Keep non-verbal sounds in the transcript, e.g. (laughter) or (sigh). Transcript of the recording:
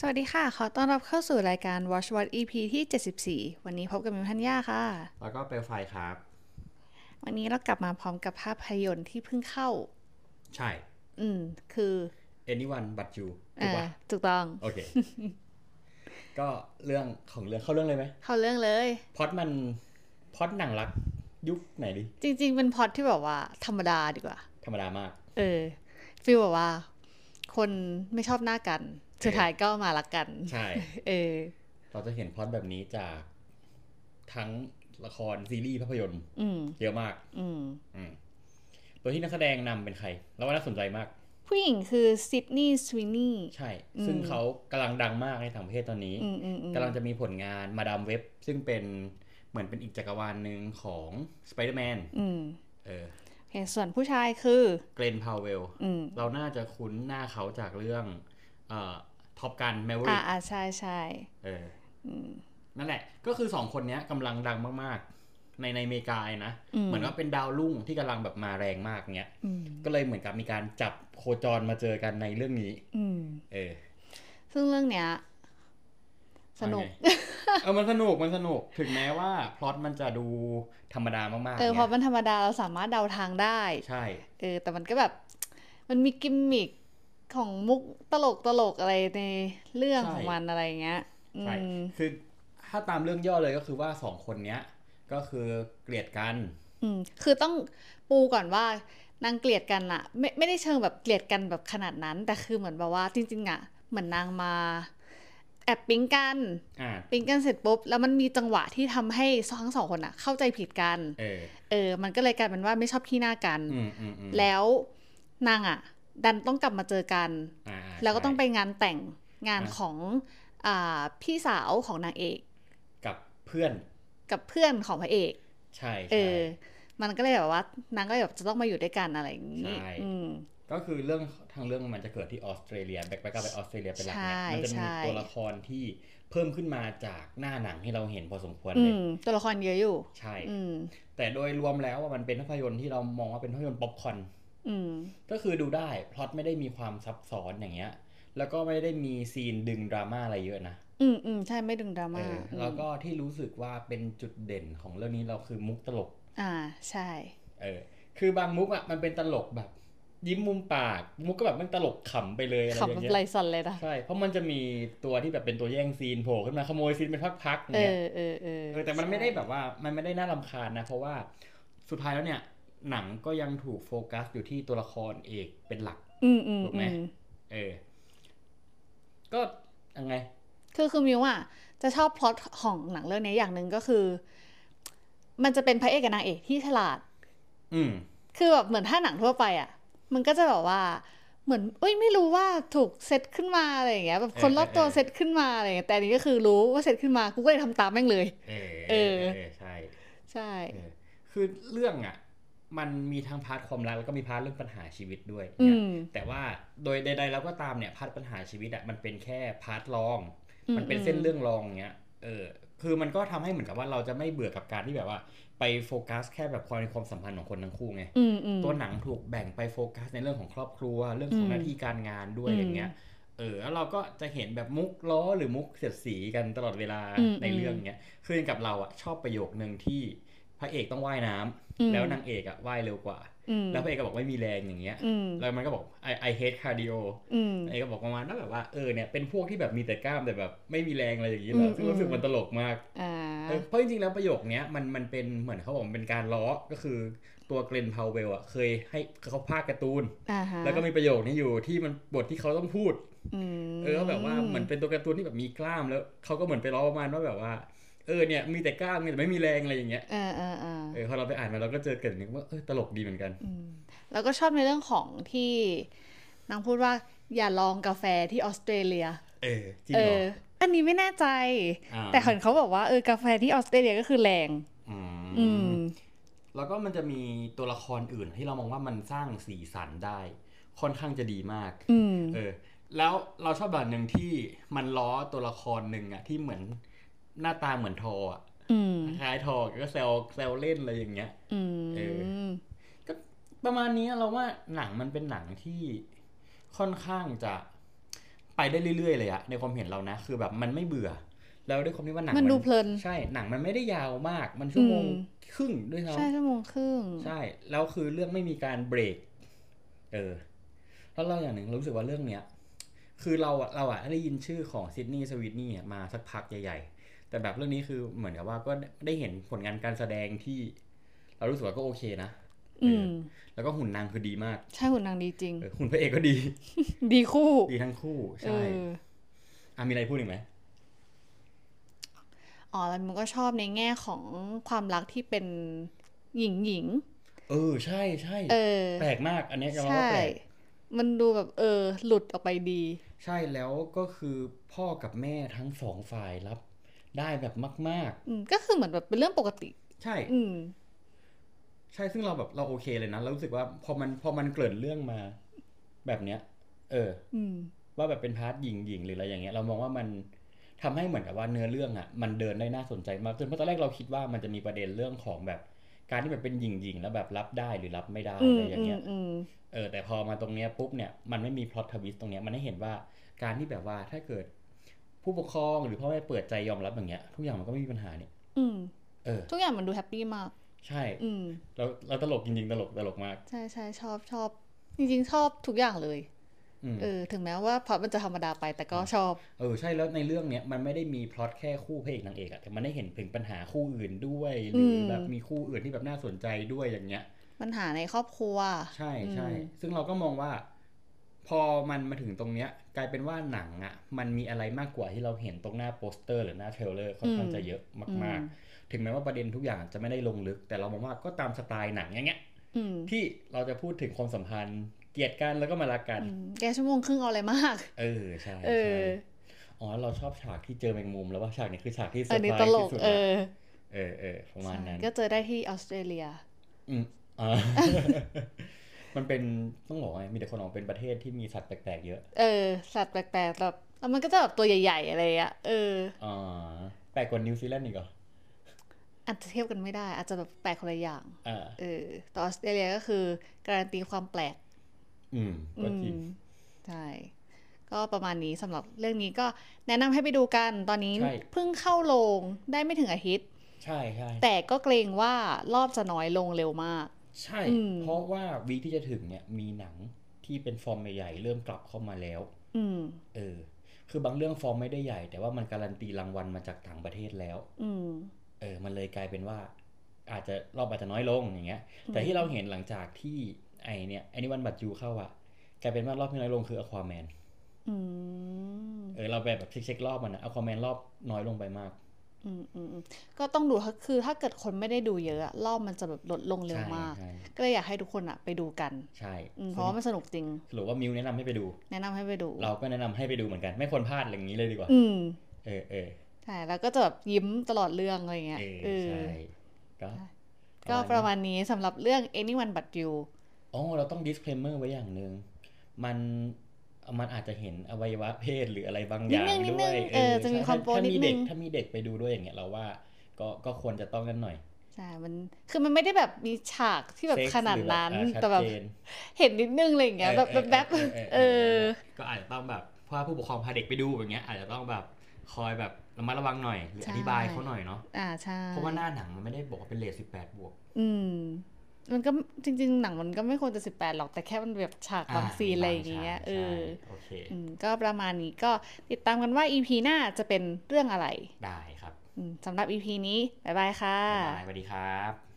สวัสดีค่ะ ขอต้อนรับเข้าสู่รายการ Watch What EP ที่ 74 วันนี้พบกับมิวทันยาค่ะ แล้วก็เปลวไฟครับ วันนี้เรากลับมาพร้อมกับภาพยนตร์ที่เพิ่งเข้า ใช่ อืม คือ anyone but you ถู เอ่ ก อ ปะ ถูกต้อง (laughs) โอเค ก็เรื่องของเรื่องเข้าเรื่องเลยไหม เข้าเรื่องเลย พล็อดมันพล็อดหนังรักยุคไหนดิ จริง ๆ เป็นพล็อดที่แบบว่าธรรมดาดีกว่า ธรรมดามาก เออฟีลแบบว่า คนไม่ชอบหน้ากัน สุดท้ายก็มารักกัน ใช่ เออ เราจะเห็นพล็อดแบบนี้จากทั้งละครซีรีส์ภาพยนตร์ อืม เยอะมาก อืม อืมโดยที่นักแสดงนำเป็นใคร แล้วว่าน่าสนใจมาก ผู้หญิงคือซิดนีย์สวินนี่ ใช่ อืม ซึ่งเขากำลังดังมากในต่างประเทศตอนนี้ อืมอืมอืม กำลังจะมีผลงานมาดามเว็บ ซึ่งเป็นเหมือนเป็นอีกจักรวาลหนึ่งของสไปเดอร์แมน อืม เออ โอเคส่วนผู้ชายคือ เกรนพาวเวล อืม เราน่าจะคุ้นหน้าเขาจากเรื่องเอ่อท็อปกันแมวริ อ่าอ่าใช่ใช่ เออ อืม นั่นแหละ ก็คือสองคนเนี้ยกำลังดังมากๆ ในในอเมริกาเลยนะ อืม เหมือนว่าเป็นดาวรุ่งที่กำลังแบบมาแรงมากเนี้ย อืม ก็เลยเหมือนกับมีการจับโคจรมาเจอกันในเรื่องนี้ อืม เออ ซึ่งเรื่องเนี้ย สนุก เอาไง (laughs) เออมันสนุกมันสนุก ถึงแม้ว่าพล็อตมันจะดูธรรมดามากๆ เออ นี่ย เพอมันธรรมดาเราสามารถเดาทางได้ ใช่ เออ แต่มันก็แบบ มันมีกิมมิคของมุกตลกตลกอะไรในเรื่อง ใช่ ของมันอะไรอย่างเงี้ย อื ใช่ ม คือถ้าตามเรื่องย่อเลยก็คือว่าสองคนเนี้ย ก็คือเกลียดกัน อืม คือต้องปูก่อนว่านางเกลียดกันอะไม่ไม่ได้เชิงแบบเกลียดกันแบบขนาดนั้น แต่คือเหมือนแบบว่าจริง ๆอะเหมือนนางมา แอบปิ๊งกัน อ่า ปิ๊งกันเสร็จปุ๊บ แล้วมันมีจังหวะที่ทำให้ทั้งสองคนอะเข้าใจผิดกัน เออ เออ มันก็เลยกลายเป็นว่าไม่ชอบขี้หน้ากัน อืมอืมอืม แล้วนางอ่ะ ดันต้องกลับมาเจอกัน อ่าา แล้วก็ต้องไป ใช่ งานแต่งงาน อ่ะ ของอ่าพี่สาวของนางเอก กับเพื่อน กับเพื่อนของพระเอก ใช่ เอ ใช่ อ มันก็เลยแบบว่านางก็เลยแบบจะต้องมาอยู่ด้วยกันอะไรอย่างนี้ ใช่ อืม ก็คือเรื่องทางเรื่องมันจะเกิดที่ออสเตรเลียแบ็คไปก็ไปออสเตรเลียเป็นหลักเนี่ย ใช่ มัจะ ใช่ มีตัวละครที่เพิ่มขึ้นมาจากหน้าหนังที่เราเห็นพอสมควร อื เลย ม ตัวละครเยอะอยู่ ใช่ อืม แต่โดยรวมแล้วอะมันเป็นภาพยนตร์ที่เรามองว่าเป็นภาพยนตร์ป๊อปคอร์น อืม ก็คือดูได้พล็อตไม่ได้มีความซับซ้อนอย่างเงี้ย แล้วก็ไม่ได้มีซีนดึงดราม่าอะไรเยอะนะ อืมอืมใช่ไม่ดึงดรา เอ ม่า อแล้วก็ที่รู้สึกว่าเป็นจุดเด่นของเรื่องนี้เราคือมุกตลก อ่าใช่ เออ คือบางมุกอ่ะมันเป็นตลกแบบ ยิ้มมุมปาก มุกก็แบบมันตลกขำไปเลยอะไร ขับ อ แบ ย่าง บ เงี้ย ไรสันเลยนะ ใช่ เพราะมันจะมีตัวที่แบบเป็นตัวแย่งซีนโผล่ขึ้นมาขโมยซีนเป็นพักๆอย่าง เอ เงี้ย อเออเออ เออแต่มันไม่ได้แบบว่ามันไม่ได้น่ารำคาญนะ เพราะว่าสุดท้ายแล้วเนี่ย หนังก็ยังถูกโฟกัสอยู่ที่ตัวละครเอกเป็นหลัก อืมอืม ถูกไหม อืม เออ ก็ยังไง คือคือมิวอ่ะจะชอบพล็อตของหนังเรื่องนี้อย่างหนึ่งก็คือ มันจะเป็นพระเอกกับนางเอกที่ฉลาด อืม คือแบบเหมือนถ้าหนังทั่วไปอ่ะ มันก็จะแบบว่าเหมือนเอ้ยไม่รู้ว่าถูกเซตขึ้นมาอะไรอย่างเงี้ยแบบคนรอบตัว เออเออ เซตขึ้นมาอะไรอย่างเงี้ยแต่อันนี้ก็คือรู้ว่าเซตขึ้นมากูก็เลยทำตามแม่งเลย เออ เออ เออใช่ ใช่ เออคือเรื่องอ่ะ มันมีทั้งพาร์ทความรักแล้วก็มีพาร์ทเรื่องปัญหาชีวิตด้วย อื เนี่ย ม แต่ว่าโดยใดๆแล้วก็ตามเนี่ยพาร์ทปัญหาชีวิตอ่ะมันเป็นแค่พาร์ทรอง อืม มันเป็นเส้นเรื่องรองเงี้ยเออคือมันก็ทำให้เหมือนกับว่าเราจะไม่เบื่อกับการที่แบบว่า ไปโฟกัสแค่แบบความในความสัมพันธ์ของคนทั้งคู่ไง อืมอืม ตัวหนังถูกแบ่งไปโฟกัสในเรื่องของครอบครัว เรื่องขอ อื ง ม หน้าที่การงานด้วย อืม อย่างเงี้ยเออแล้วเราก็จะเห็นแบบมุกล้อหรือมุกเสียดสีกันตลอดเวลา อืม ในเรื่องเงี้ยคืออย่างกับเราอ่ะชอบประโยคหนึ่งที่พระเอกต้องว่ายน้ำ อืม แล้วนางเอกอ่ะว่ายเร็วกว่า อืม แล้วพระเอกก็บอกไม่มีแรงอย่างเงี้ย อืม แล้วมันก็บอก I I hate cardio อืม ไอ้ก็บอกประมาณว่าแบบว่าเออเนี่ยเป็นพวกที่แบบมีแต่กล้ามแต่แบบไม่มีแรงอะไรอย่างนี้เหร อื อ ม ซึ่งรู้สึ อื ก ม มันตลกมาก อ่า เออเพราะจริงๆแล้วประโยคเนี้ยมันมันเป็นเหมือนเขาบอกมันเป็นการล้อก็คือตัวเกรนพาวเวลอ่ะเคยให้เขาพากย์การ์ตูน อ่าฮะ แล้วก็มีประโยคนี้อยู่ที่มันบทที่เขาต้องพูด อืม เออแบบว่าเหมือนเป็นตัวการ์ตูนที่แบบมีกล้ามแล้วเขาก็เหมือนไปล้อประมาณว่าแบบว่าเออเนี่ยมีแต่กล้ามมีแต่ไม่มีแรงอะไรอย่างเงี้ย เออเออเออ เออพอเราไปอ่านมาเราก็เจอเกิดนึกว่าเออตลกดีเหมือนกัน อืมแล้วก็ชอบในเรื่องของที่นางพูดว่าอย่าลองกาแฟที่ออสเตรเลีย เออจริง เอ เหร อ อ อันนี้ไม่แน่ใจ อ่า แต่เห็นเขาบอกว่าเออกาแฟที่ออสเตรเลียก็คือแรง อื อื ม ม แล้วก็มันจะมีตัวละครอื่นที่เรามองว่ามันสร้างสีสันได้ ค่อนข้างจะดีมาก อืม เออ แล้วเราชอบแบบหนึ่งที่มันล้อตัวละครหนึ่งอะที่เหมือนหน้าตาเหมือนทออะ อืม คล้ายทอก็แซวแซวเล่นอะไรอย่างเงี้ย อื เอ ม ประมาณนี้เราว่าหนังมันเป็นหนังที่ค่อนข้างจะ ไปได้เรื่อยๆเลยอะในความเห็นเรานะ คือแบบมันไม่เบื่อ แล้วด้วยความที่ว่าหนัง มันดูเพลิน ใช่หนังมันไม่ได้ยาวมาก มันชั่วโมง อืม ครึ่งด้วยซ้ำ ใช่ชั่วโมงครึ่ง ใช่ แล้วคือเรื่องไม่มีการเบรก เออ แล้วเราอย่างหนึ่งเรารู้สึกว่าเรื่องเนี้ย คือเราอะเราอะได้ยินชื่อของซิดนีย์สวิตนี่มาสักพักใหญ่ๆ แต่แบบเรื่องนี้คือเหมือนกับว่าก็ได้เห็นผลงานการแสดงที่ เรารู้สึกว่าก็โอเคนะเอ อื อ ม แล้วก็หุ่นนางคือดีมาก ใช่หุ่นนางดีจริง เออหุ่นพระเอกก็ดี ดีคู่ ดีทั้งคู่ เอ ใช่ อ อ่ะมีอะไรพูดอีกไหม อ๋อแล้วมันก็ชอบในแง่ของความรักที่เป็นหญิงหญิง เออ ใช่ใช่ ๆเออ แปลกมาก อันเนี้ยเราว่า ใช่ แปลก มันดูแบบเออ หลุดออกไปดี ใช่แล้วก็คือพ่อกับแม่ทั้งสองฝ่ายรับ ได้แบบมาก อืมก็คือเหมือนแบบเป็นเรื่องปกติ ๆ ใช่ อืม ใช่ ซึ่งเราแบบเราโอเคเลยนะ เรารู้สึกว่าพอมันพอมันเกริ่นเรื่องมา แบบเนี้ย เออ อืม ว่าแบบเป็นพาร์ทหญิงหญิงหรืออะไรอย่างเงี้ย เรามองว่ามันทำให้เหมือนกับว่าเนื้อเรื่องอ่ะ มันเดินได้น่าสนใจมากขึ้นเพราะตอนแรกเราคิดว่ามันจะมีประเด็นเรื่องของแบบ การที่แบบเป็นหญิงหญิงแล้วแบบรับได้หรือรับไม่ได้ อืมอะไรอย่าง อื เงี้ ม ย อืม เออแต่พอมาตรงเนี้ยปุ๊บเนี่ยมันไม่มีพล็อตทวิสตตรงเนี้ยมันให้เห็นว่าการที่แบบว่าถ้าเกิดผู้ปกครองหรือพ่อแม่เปิดใจยอมรับอย่างเงี้ยทุกอย่างมันก็ไม่มีปัญหาเนี่ย อืม เออ ทุกอย่างมันดูแฮปปี้มาก ใช่ อืม เราเราตลกจริงๆตลกตลกมาก ใช่ใช่ชอบชอบ จริงๆ ชอบทุกอย่างเลย อืม เออ ถึงแม้ว่าพล็อตมันจะธรรมดาไปแต่ก็ชอบ เออใช่แล้วในเรื่องเนี้ยมันไม่ได้มีพล็อตแค่คู่พระเอกนางเอกอะแต่มันได้เห็นถึงปัญหาคู่อื่นด้วยหรืออ ม แบบมีคู่อื่นที่แบบน่าสนใจด้วยอย่างเงี้ย ปัญหาในครอบครัว ใช่ใช่ อืม ซึ่งเราก็มองว่า พอมันมาถึงตรงเนี้ย กลายเป็นว่าหนังอะ่ะ มันมีอะไรมากกว่าที่เราเห็นตรงหน้าโปสเตอร์ หรือหน้าเทรลเลอร์ค่อนข้างจะเยอะมาก ๆ ถึงแม้ว่าประเด็นทุกอย่างจะไม่ได้ลงลึก แต่เรามองว่าก็ตามสไตล์หนังอย่างเงี้ย อืม ที่เราจะพูดถึงความสัมพันธ์ เกลียดกันแล้วก็มารักกัน อืมแกชั่วโมงครึ่งเอาอะไรมาก เออใช่ เอ ใช่ อ อ๋อเราชอบฉากที่เจอแมงมุม แล้วว่าฉากนี้คือฉากที่เซอ อัน ร์ นี้ตไพรส์ ลก ที่สุด เอ ละ อ เออเออประมาณนั้น ใช่ก็เจอได้ที่ออสเตรเลีย อืมอ่า (laughs) มันเป็นต้องบอกว่าไงมีแต่คนออกเป็นประเทศที่มีสัตว์แปลกๆเยอะ เออ สัตว์แปลกๆแบบแล้วมันก็จะแบบตัวใหญ่ๆอะไรอ่ะ เออ อ๋อแปลกกว่านิวซีแลนด์อีกเหรอ อาจจะเทียบกันไม่ได้ อาจจะแบบแปลกคนละอย่าง อ่า เออแต่ออสเตรเลียก็คือการันตีความแปลก อืมก็จริง อืมใช่ ก็ประมาณนี้สำหรับเรื่องนี้ก็แนะนำให้ไปดูกันตอนนี้ ใช่ เพิ่งเข้าโรงได้ไม่ถึงอาทิตย์ ใช่ใช่ แต่ก็เกรงว่ารอบจะน้อยลงเร็วมาก ใช่ อืม เพราะว่าวีคที่จะถึงเนี่ยมีหนังที่เป็นฟอร์มใหญ่ๆเริ่มกลับเข้ามาแล้ว อืม เออ คือบางเรื่องฟอร์มไม่ได้ใหญ่ แต่ว่ามันการันตีรางวัลมาจากต่างประเทศแล้ว อืม เออ มันเลยกลายเป็นว่า อาจจะรอบอาจจะน้อยลงอย่างเงี้ย อืม แต่ที่เราเห็นหลังจากที่ไอเนี่ยไอนิวันบัตยูเข้าอะกลายเป็นว่ารอบที่น้อยลงคืออควาแมน อืม เออเราแบบแบบเช็คๆรอบมันนะอควาแมนรอบน้อยลงไปมาก อืมอืมอืมก็ต้องดูค่ะคือถ้าเกิดคนไม่ได้ดูเยอะอะรอบมันจะแบบลดลงเร็ว ใช่ มาก ใช่ ก็เลยอยากให้ทุกคนอะไปดูกัน ใช่ อืมเพราะว่ามันสนุกจริง สรุปว่ามิวแนะนำให้ไปดู แนะนำให้ไปดู เราก็แนะนำให้ไปดูเหมือนกัน ไม่ควรพลาดอย่างนี้เลยดีกว่า อืม เออเออ ใช่แล้วก็จะแบบยิ้มตลอดเรื่องอะไรอย่างเงี้ย เออ เออ ใช่ก็ ก็ประมาณนี้สำหรับเรื่อง anyone but you อ๋อเราต้อง disclaimer ไว้อย่างหนึ่งมันมันอาจจะเห็นอวัยวะเพศหรืออะไรบางอย่านิงดนึงนิด ด้ นึ วย งเออจะมี ใช่ ความโป๊ะ ถ้า นิด มีเด็ก นึง ถ้ามีเด็กไปดูด้วยอย่างเงี้ยเราว่าก็ก็ควรจะต้องกันหน่อย ใช่ มัน คือมันไม่ได้แบบมีฉากที่แบบ เซ็กซ์ ขนาด หรือ นั้น อ่าชั แต่แบบ เจน เห็นนิดนึงอะไรอย่างเงี้ย แบบ เอ แบ อแบบบ เออเออเออเออ เออ ก็อาจจะต้องแบบเพราะว่าผู้ปกครองพาเด็กไปดูอย่างเงี้ยอาจจะต้องแบบคอยแบบระมัดระวังหน่อยหรือ ใช่ อธิบายเขาหน่อยเนาะ อ่า ใช่ เพราะว่าหน้าหนังมันไม่ได้บอกว่าเป็นเลทสิบแปดบวก อืม มันก็จริง ๆ หนังมันก็ไม่ควรจะสิบแปดหรอก แต่แค่มันแบบฉากบางซีนอะไรอย่างเงี้ย เออ โอเค อืม ก็ประมาณนี้ก็ติดตามกันว่า EP หน้าจะเป็นเรื่องอะไร ได้ครับ อืมสำหรับ EP นี้ บ๊ายบายค่ะ บ๊ายบายสวัสดีครับ